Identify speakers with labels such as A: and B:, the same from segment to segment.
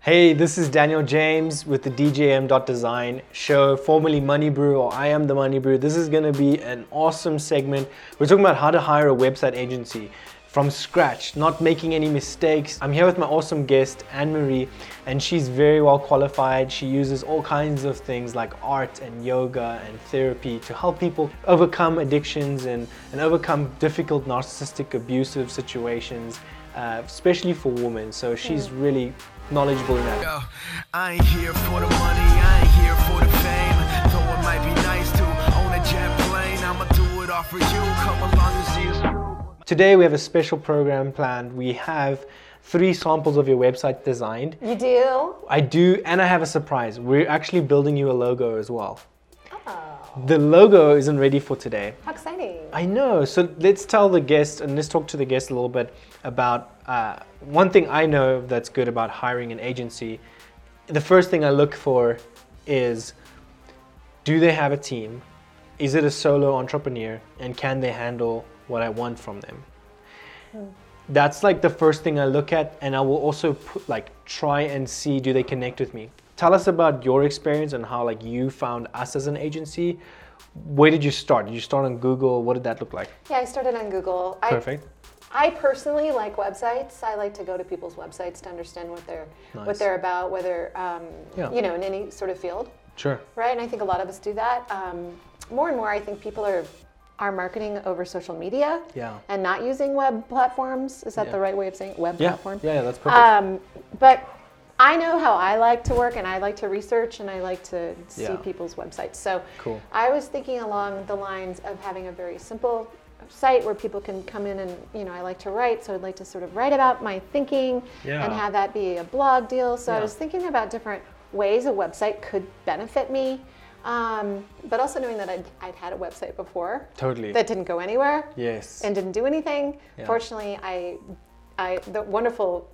A: Hey, this is Daniel James with the DJM.design show, formerly Money Brew or I Am the Money Brew. This is going to be an awesome segment. We're talking about how to hire a website agency from scratch, not making any mistakes. I'm here with my awesome guest, Anne Marie, and she's very well qualified. She uses all kinds of things like art and yoga and therapy to help people overcome addictions and, and overcome difficult narcissistic abusive situations, uh, especially for women. So she's really knowledgeable in that.
B: Yo, I ain't here for the money, I ain't here for the fame. Though it might be nice to own a jet plane, I'ma do it all for you. Come along and see us.
A: Today we have a special program planned. We have three samples of your website designed.
C: You do?
A: I do, and I have a surprise. We're actually building you a logo as well. The logo isn't ready for today.
C: How exciting.
A: I know. So let's tell the guest and let's talk to the guest a little bit about uh, one thing I know that's good about hiring an agency. The first thing I look for is do they have a team? Is it a solo entrepreneur? And can they handle what I want from them? That's like the first thing I look at, and I will also put, like try and see do they connect with me. Tell us about your experience and how like you found us as an agency. Where did you start? Did you start on Google? What did that look like?
C: Yeah, I started on Google. I,
A: Perfect.
C: I personally like websites. I like to go to people's websites to understand what they're
A: Nice.
C: what they're about, whether um,
A: Yeah.
C: you know, in any sort of field,
A: Sure.
C: right? And I think a lot of us do that. Um, more and more, I think people are are marketing over social media
A: Yeah.
C: and not using web platforms. Is that
A: Yeah.
C: the right way of saying it? web
A: Yeah.
C: platform?
A: Yeah, yeah, that's perfect.
C: Um, but I know how I like to work, and I like to research, and I like to see
A: Yeah.
C: people's websites. So
A: Cool.
C: I was thinking along the lines of having a very simple site where people can come in and you know I like to write, so I'd like to sort of write about my thinking
A: Yeah.
C: and have that be a blog deal. So I
A: Yeah.
C: was thinking about different ways a website could benefit me. Um, but also knowing that I'd, I'd had a website before
A: Totally.
C: that didn't go anywhere
A: yes.
C: and didn't do anything.
A: Yeah.
C: Fortunately, I, I the wonderful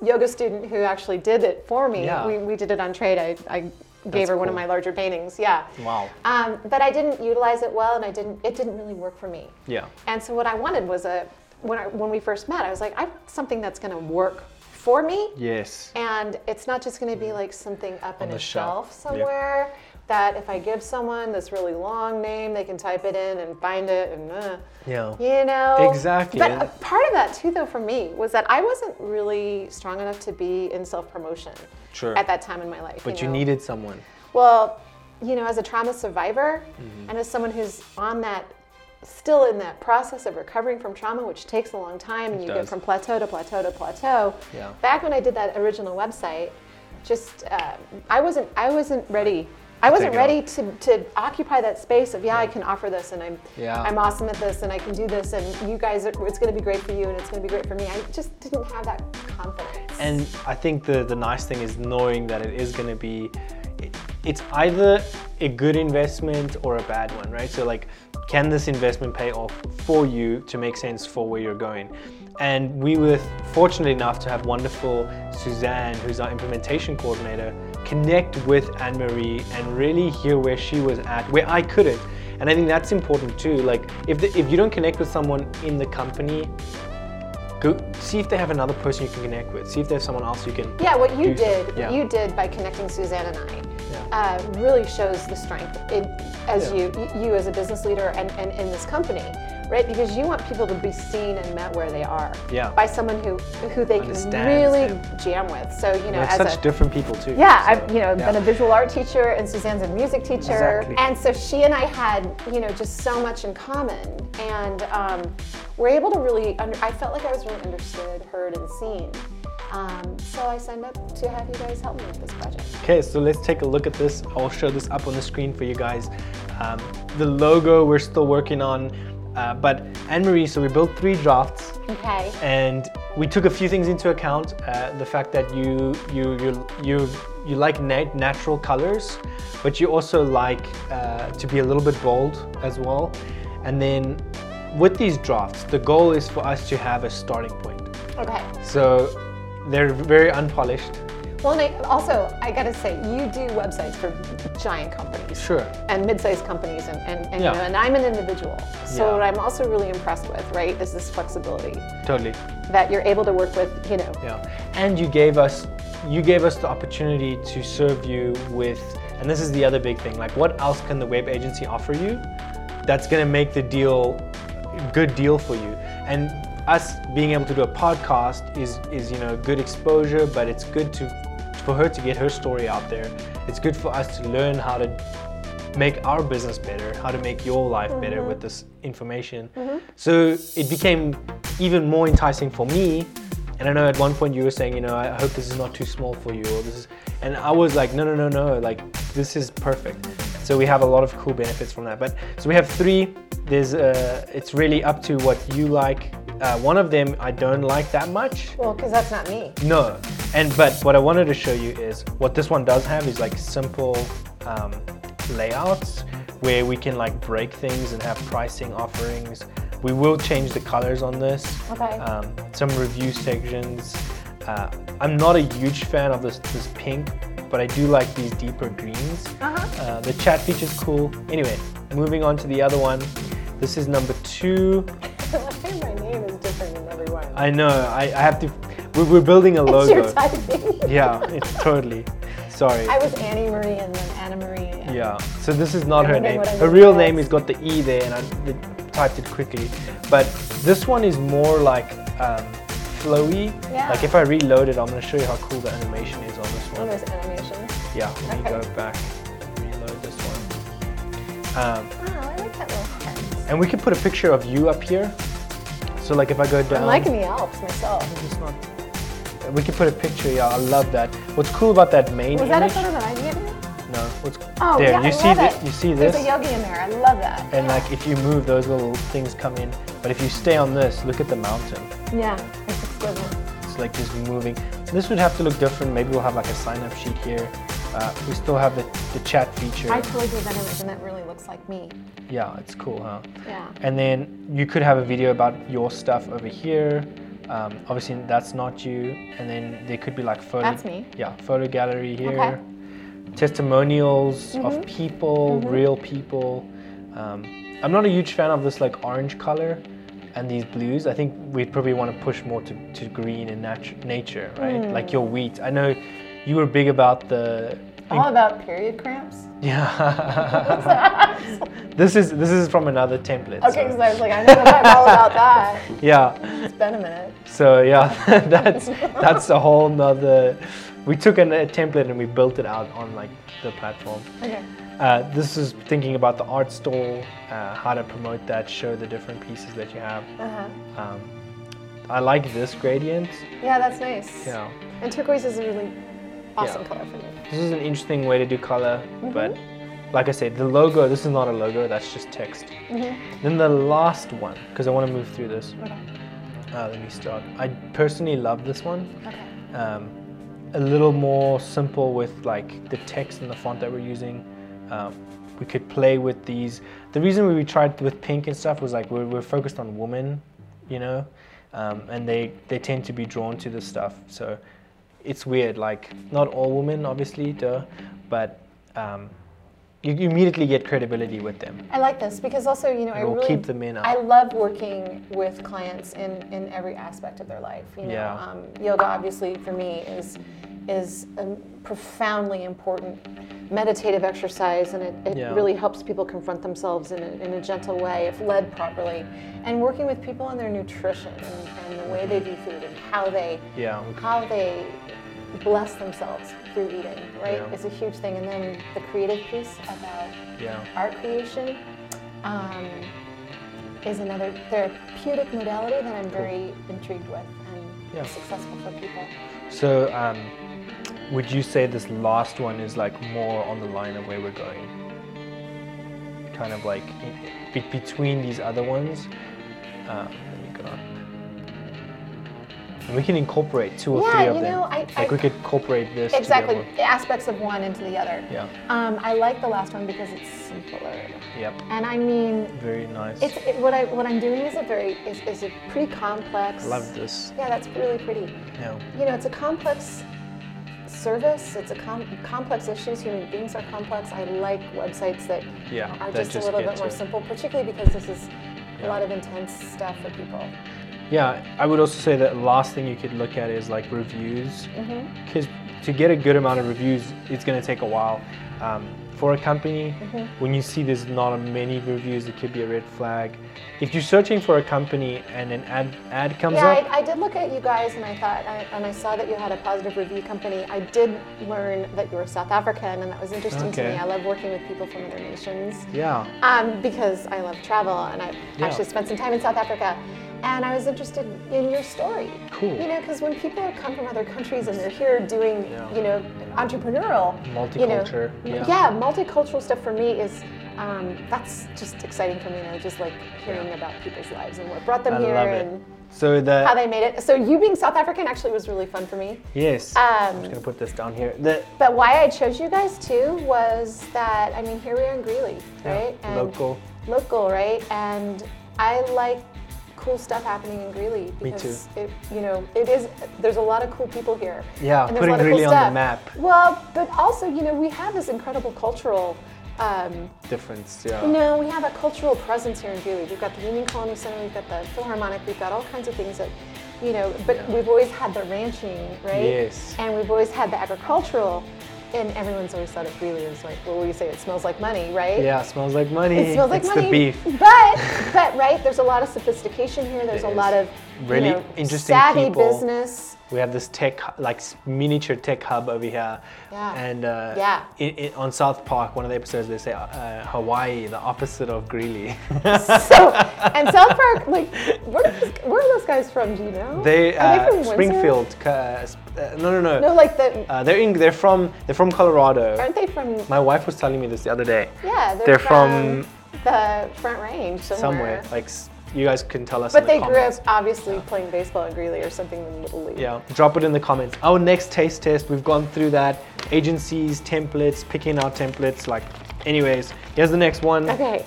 C: yoga student who actually did it for me.
A: Yeah.
C: We, we did it on trade. I, I gave
A: That's
C: her one of
A: cool.
C: my larger paintings. Yeah.
A: Wow.
C: Um, but I didn't utilize it well, and I didn't. It didn't really work for me.
A: yeah.
C: And so what I wanted was a when I, when we first met, I was like, I want something that's going to work for me.
A: Yes.
C: And it's not just going to be like something up in
A: the
C: a
A: shelf.
C: shelf
A: Yeah.
C: somewhere that if I give someone this really long name, they can type it in and find it and uh,
A: Yeah.
C: you know
A: Exactly.
C: But a part of that too, though, for me was that I wasn't really strong enough to be in self promotion
A: Sure.
C: at that time in my life.
A: But you
C: know?
A: needed someone.
C: Well, you know, as a trauma survivor
A: Mm-hmm.
C: and as someone who's on that, still in that process of recovering from trauma, which takes a long time and you
A: does.
C: get from plateau to plateau to plateau.
A: Yeah.
C: Back when I did that original website, just uh, I wasn't I wasn't ready. I wasn't
A: Take it
C: ready to, to occupy that space of yeah I can offer this and I'm
A: Yeah.
C: I'm awesome at this and I can do this and you guys are, it's going to be great for you and it's going to be great for me. I just didn't have that confidence.
A: And I think the, the nice thing is knowing that it is going to be, it- it's either a good investment or a bad one, right? So, like, can this investment pay off for you to make sense for where you're going? And we were fortunate enough to have wonderful Suzanne, who's our implementation coordinator, connect with Anne Marie and really hear where she was at, where I couldn't. And I think that's important too. Like, if, the, if you don't connect with someone in the company, go see if they have another person you can connect with. See if there's someone else you can.
C: Yeah, what you
A: do stuff.
C: did,
A: Yeah.
C: you did by connecting Suzanne and I,
A: Yeah.
C: uh, really shows the strength in, as
A: Yeah.
C: you, you as a business leader and, and in this company, right? Because you want people to be seen and met where they are
A: Yeah.
C: by someone who who they can
A: Understands
C: really
A: them.
C: jam with. So you know,
A: We're
C: as
A: such
C: a
A: different people too.
C: yeah,
A: so,
C: I've you know
A: yeah.
C: been a visual art teacher, and Suzanne's a music teacher,
A: Exactly.
C: and so she and I had you know just so much in common, and um, we're able to really. Under, I felt like I was really understood, heard, and seen. Um, so I signed up to have you guys help me with this project.
A: Okay, so let's take a look at this. I'll show this up on the screen for you guys. Um, the logo we're still working on, uh, but Anne Marie. So we built three drafts.
C: Okay.
A: and we took a few things into account. Uh, the fact that you you you you you like nat- natural colors, but you also like uh, to be a little bit bold as well. And then with these drafts, the goal is for us to have a starting point.
C: Okay.
A: So they're very unpolished.
C: Well, and I, also I gotta say, you do websites for giant companies.
A: Sure.
C: and mid-sized companies and, and, and,
A: Yeah.
C: you know, and I'm an individual. So
A: Yeah.
C: what I'm also really impressed with, right, is this flexibility
A: Totally.
C: that you're able to work with, you know,
A: Yeah. And you gave us you gave us the opportunity to serve you with, and this is the other big thing, like what else can the web agency offer you that's gonna make the deal a good deal for you? And us being able to do a podcast is is you know good exposure, but it's good to for her to get her story out there. It's good for us to learn how to make our business better, how to make your life better with this information. So it became even more enticing for me. And I know at one point you were saying, you know, I I hope this is not too small for you, or this is, and I was like, no, no, no, no, like this is perfect. So we have a lot of cool benefits from that. But so we have three. There's, uh, it's really up to what you like. Uh, one of them I don't like that much.
C: Well, because that's not me.
A: No, and but what I wanted to show you is what this one does have is like simple um, layouts where we can like break things and have pricing offerings. We will change the colors on this.
C: Okay.
A: Um, some review sections. Uh, I'm not a huge fan of this this pink, but I do like these deeper greens.
C: Uh-huh.
A: Uh, the chat feature's cool. Anyway, moving on to the other one. This is number two.
C: My name is different in every one.
A: I know. I, I have to. We're, we're building a
C: It's
A: logo.
C: your typing.
A: Yeah, it's totally. Sorry.
C: I was Annie Marie and then Anna Marie. and-
A: Yeah. So this is not her
C: Remember
A: name.
C: what I
A: Her
C: mean,
A: real
C: yes.
A: name has got the E there, and I th- typed it quickly. But this one is more like um, flowy.
C: Yeah.
A: Like if I reload it, I'm gonna show you how cool the animation is on this
C: One
A: one.
C: of those animations.
A: Yeah. Let me
C: Okay.
A: go back. Reload this one. Um,
C: Oh, I like that little head.
A: and we can put a picture of you up here. So like if I go down.
C: I'm liking the Alps myself.
A: It's not. We can put a picture. Yeah, I love that. What's cool about that main
C: Was that a
A: image?
C: photo that I did?
A: No. What's
C: Oh,
A: there?
C: yeah,
A: you
C: I
A: see
C: love
A: thi-
C: it.
A: You see this?
C: There's a yogi in there. I love that.
A: And like if you move, those little things come in. But if you stay on this, look at the mountain.
C: Yeah, it's exquisite.
A: It's like just moving. This would have to look different. Maybe we'll have like a sign up sheet here. Uh, we still have the, the chat feature.
C: I totally did that image, and that really looks like me.
A: yeah, it's cool, huh?
C: Yeah.
A: And then you could have a video about your stuff over here. Um, obviously, that's not you. And then there could be like photo.
C: That's me.
A: Yeah, photo gallery here.
C: Okay. Mm-hmm.
A: Testimonials of people, real people. Um, I'm not a huge fan of this like orange color and these blues. I think we probably want to push more to, to green and nat- nature, right?
C: Hmm.
A: Like your wheat. I know you were big about the.
C: All about period cramps.
A: Yeah.
C: okay,
A: this is this is from another template. so-
C: because I was like, I know what I'm all about that.
A: yeah.
C: It's been a minute.
A: So yeah, that's that's a whole nother. We took an, a template and we built it out on like the platform.
C: Okay.
A: Uh, this is thinking about the art store, uh, how to promote that, show the different pieces that you have.
C: Uh huh.
A: Um, I like this gradient.
C: Yeah, that's nice.
A: Yeah,
C: And turquoise is a really awesome
A: Yeah.
C: color for me.
A: this is an interesting way to do color, but like I said, the logo. This is not a logo. That's just text. Then the last one, because I want to move through this.
C: Okay.
A: Uh, let me start. I personally love this one.
C: Okay.
A: um, a little more simple with like the text and the font that we're using. Um, we could play with these. The reason we tried with pink and stuff was like we're, we're focused on women, you know, um, and they they tend to be drawn to this stuff. So it's weird. Like not all women, obviously, duh, but um, you, you immediately get credibility with them.
C: I like this because also, you know, I
A: It'll
C: really
A: keep them in, uh,
C: I love working with clients in in every aspect of their life. You know,
A: Yeah.
C: um, yoga obviously for me is is a profoundly important meditative exercise, and it, it
A: Yeah.
C: really helps people confront themselves in a, in a gentle way if led properly. And working with people on their nutrition and, and the way they do food and how they
A: Mm-hmm. Yeah, we
C: how they bless themselves through eating, right,
A: Yeah.
C: is a huge thing. And then the creative piece about
A: Yeah,
C: art creation um, is another therapeutic modality that I'm very intrigued with and
A: Yeah.
C: successful for people.
A: So, um, would you say this last one is like more on the line of where we're going? Kind of like in- be- between these other ones. Um, let me go. And we can incorporate two or
C: Yeah,
A: three of
C: you
A: them.
C: know, I-
A: like
C: I-
A: we could incorporate this. to the
C: Exactly,
A: other one.
C: aspects of one into the other.
A: Yeah.
C: Um, I like the last one because it's simpler.
A: Yep.
C: And I mean,
A: Very nice.
C: it's it, what I what I'm doing is a very is, is a pretty complex.
A: Love this.
C: Yeah, that's really pretty.
A: Yeah.
C: You know, it's a complex service. It's a com- complex issues. Human beings are complex. I like websites that
A: Yeah,
C: are
A: that
C: just,
A: just
C: a little
A: get
C: bit more
A: to it.
C: simple, particularly because this is
A: Yeah.
C: a lot of intense stuff for people. Mm-hmm.
A: Yeah, I would also say that last thing you could look at is like reviews, because to get a good amount of reviews, it's going to take a while. Um, for a company,
C: Mm-hmm.
A: when you see there's not many reviews, it could be a red flag. If you're searching for a company and an ad ad comes
C: Yeah,
A: up,
C: I, I did look at you guys and I thought, I, and I saw that you had a positive review company. I did learn that you were South African, and that was interesting to
A: Okay.
C: me. I love working with people from other nations.
A: yeah,
C: Um, because I love travel, and I
A: Yeah.
C: actually spent some time in South Africa, and I was interested in your story.
A: Cool.
C: You know, because when people come from other countries and they're here doing,
A: Yeah.
C: you know, entrepreneurial, you know-
A: Multicultural, yeah.
C: multicultural stuff for me is. Um, that's just exciting for me, and I just like hearing about people's lives and what brought them
A: I
C: here
A: love
C: and
A: it. So the
C: how they made it. So you being South African actually was really fun for me.
A: yes, I'm
C: Um,
A: just gonna put this down here. The
C: But why I chose you guys too was that I mean here we are in Greeley,
A: Yeah,
C: right?
A: local.
C: Local, right? And I like cool stuff happening in Greeley
A: Me too.
C: because it you know, it is there's a lot of cool people here.
A: Yeah,
C: and there's a
A: putting
C: lot of
A: Greeley
C: cool
A: on the
C: stuff.
A: map.
C: Well, but also, you know, we have this incredible cultural um,
A: difference, yeah.
C: no, we have a cultural presence here in Greeley. We've got the Union Colony Center, we've got the Philharmonic, we've got all kinds of things that, you know, but we've always had the ranching, right?
A: Yes.
C: And we've always had the agricultural, and everyone's always thought of Greeley as like, well, we say it smells like money, right?
A: Yeah, smells like money.
C: It smells like
A: it's the
C: money.
A: beef.
C: But, but right, there's a lot of sophistication here. There's
A: There
C: a
A: is.
C: lot of
A: Really
C: you know,
A: interesting
C: savvy
A: people.
C: business.
A: We have this tech, hu- like s- miniature tech hub over here.
C: Yeah.
A: And uh,
C: Yeah.
A: i- i- on South Park, one of the episodes, they say uh, uh, Hawaii, the opposite of Greeley.
C: So, and South Park, like, where are, those, where are those guys from? Do you know?
A: they,
C: are
A: uh,
C: they from Windsor?
A: Springfield. ca- Uh, sp- uh, no, no, no.
C: No, like the,
A: uh, they're in, they're from they're from Colorado.
C: aren't they from
A: My wife was telling me this the other day.
C: Yeah, they're,
A: They're
C: from,
A: from-
C: the Front Range somewhere.
A: Somewhere, like s- you guys can tell us.
C: but
A: in
C: they
A: the
C: grew
A: comments.
C: up obviously playing baseball in Greeley or something in the Little League.
A: Yeah, drop it in the comments. Our next taste test, we've gone through that. Agencies, templates, picking out templates, like, anyways, here's the next one.
C: Okay.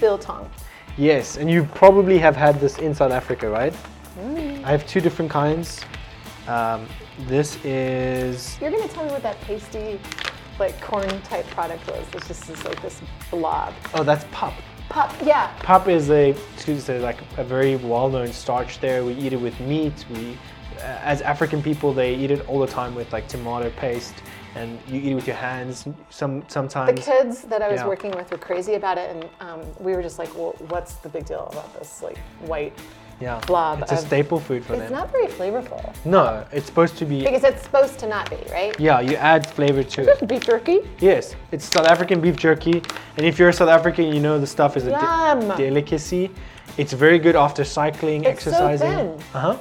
C: Biltong.
A: Yes, and you probably have had this in South Africa, right?
C: Mm.
A: I have two different kinds. Um, this is,
C: You're gonna tell me what that pasty, like corn type product was. It's just this, like this blob.
A: oh, that's pap.
C: Pop. Yeah.
A: Pap is a, excuse me, like a very well-known starch there. We eat it with meat. We, uh, as African people, they eat it all the time with like tomato paste, and you eat it with your hands. Some
C: The
A: sometimes.
C: kids that I was
A: Yeah.
C: working with were crazy about it, and um, we were just like, "Well, what's the big deal about this like white?"
A: yeah.
C: blob
A: It's a
C: of-
A: staple food for
C: It's
A: them.
C: not very flavorful
A: no, it's supposed to be.
C: because it's supposed to not be, right?
A: Yeah, you add flavor to it.
C: Beef jerky.
A: Yes, it's South African beef jerky, and if you're a South African, you know the stuff is a
C: Yum.
A: de- delicacy. It's very good after cycling,
C: It's so
A: exercising.
C: thin.
A: Uh huh.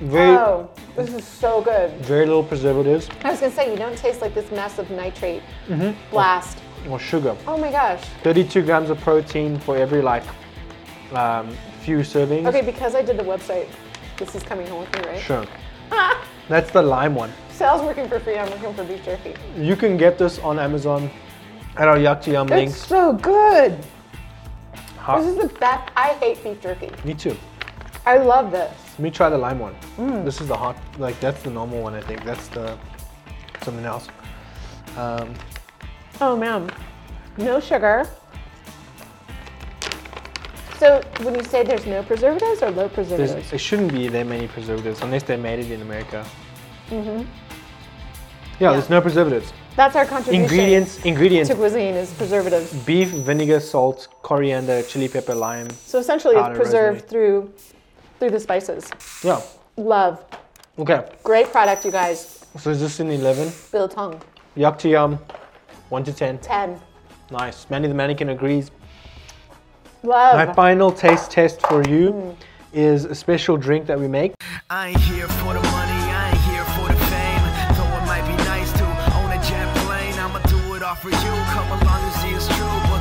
A: Very,
C: Oh, this is so good.
A: very little preservatives
C: I was gonna say you don't taste like this massive nitrate
A: Mm-hmm.
C: blast.
A: or sugar.
C: Oh my gosh.
A: 32 grams of protein for every like um, few servings.
C: Okay, because I did the website, this is coming home with me, right?
A: Sure. That's the lime one.
C: So I was working for free. I'm working for beef jerky.
A: You can get this on Amazon at our Yuck to Yum
C: It's
A: links.
C: so good.
A: Ha-
C: This is the best. I hate beef jerky.
A: Me too.
C: I love this.
A: Let me try the lime one. This is the hot, like that's the normal one. I think that's the something else. Um,
C: Oh man, no sugar. So when you say there's no preservatives or low
A: there's,
C: preservatives,
A: there shouldn't be that many preservatives unless they made it in America. Yeah, there's no preservatives.
C: that's our contribution
A: Ingredients, ingredients:
C: to cuisine is preservatives.
A: beef, vinegar, salt, coriander, chili pepper, lime.
C: So essentially, it's
A: Powder
C: preserved
A: rosemary.
C: through through the spices.
A: Yeah.
C: Love.
A: Okay.
C: Great product, you guys.
A: So is this an 11?
C: Biltong.
A: Yuck to yum. One to ten.
C: 10.
A: Nice. Manny the mannequin agrees.
C: Love.
A: My final taste test for you is a special drink that we make.
B: I ain't here for the money, I ain't here for the fame. Though it might be nice to own a jet plane, I'ma do it all for you. Come along and see it's true, but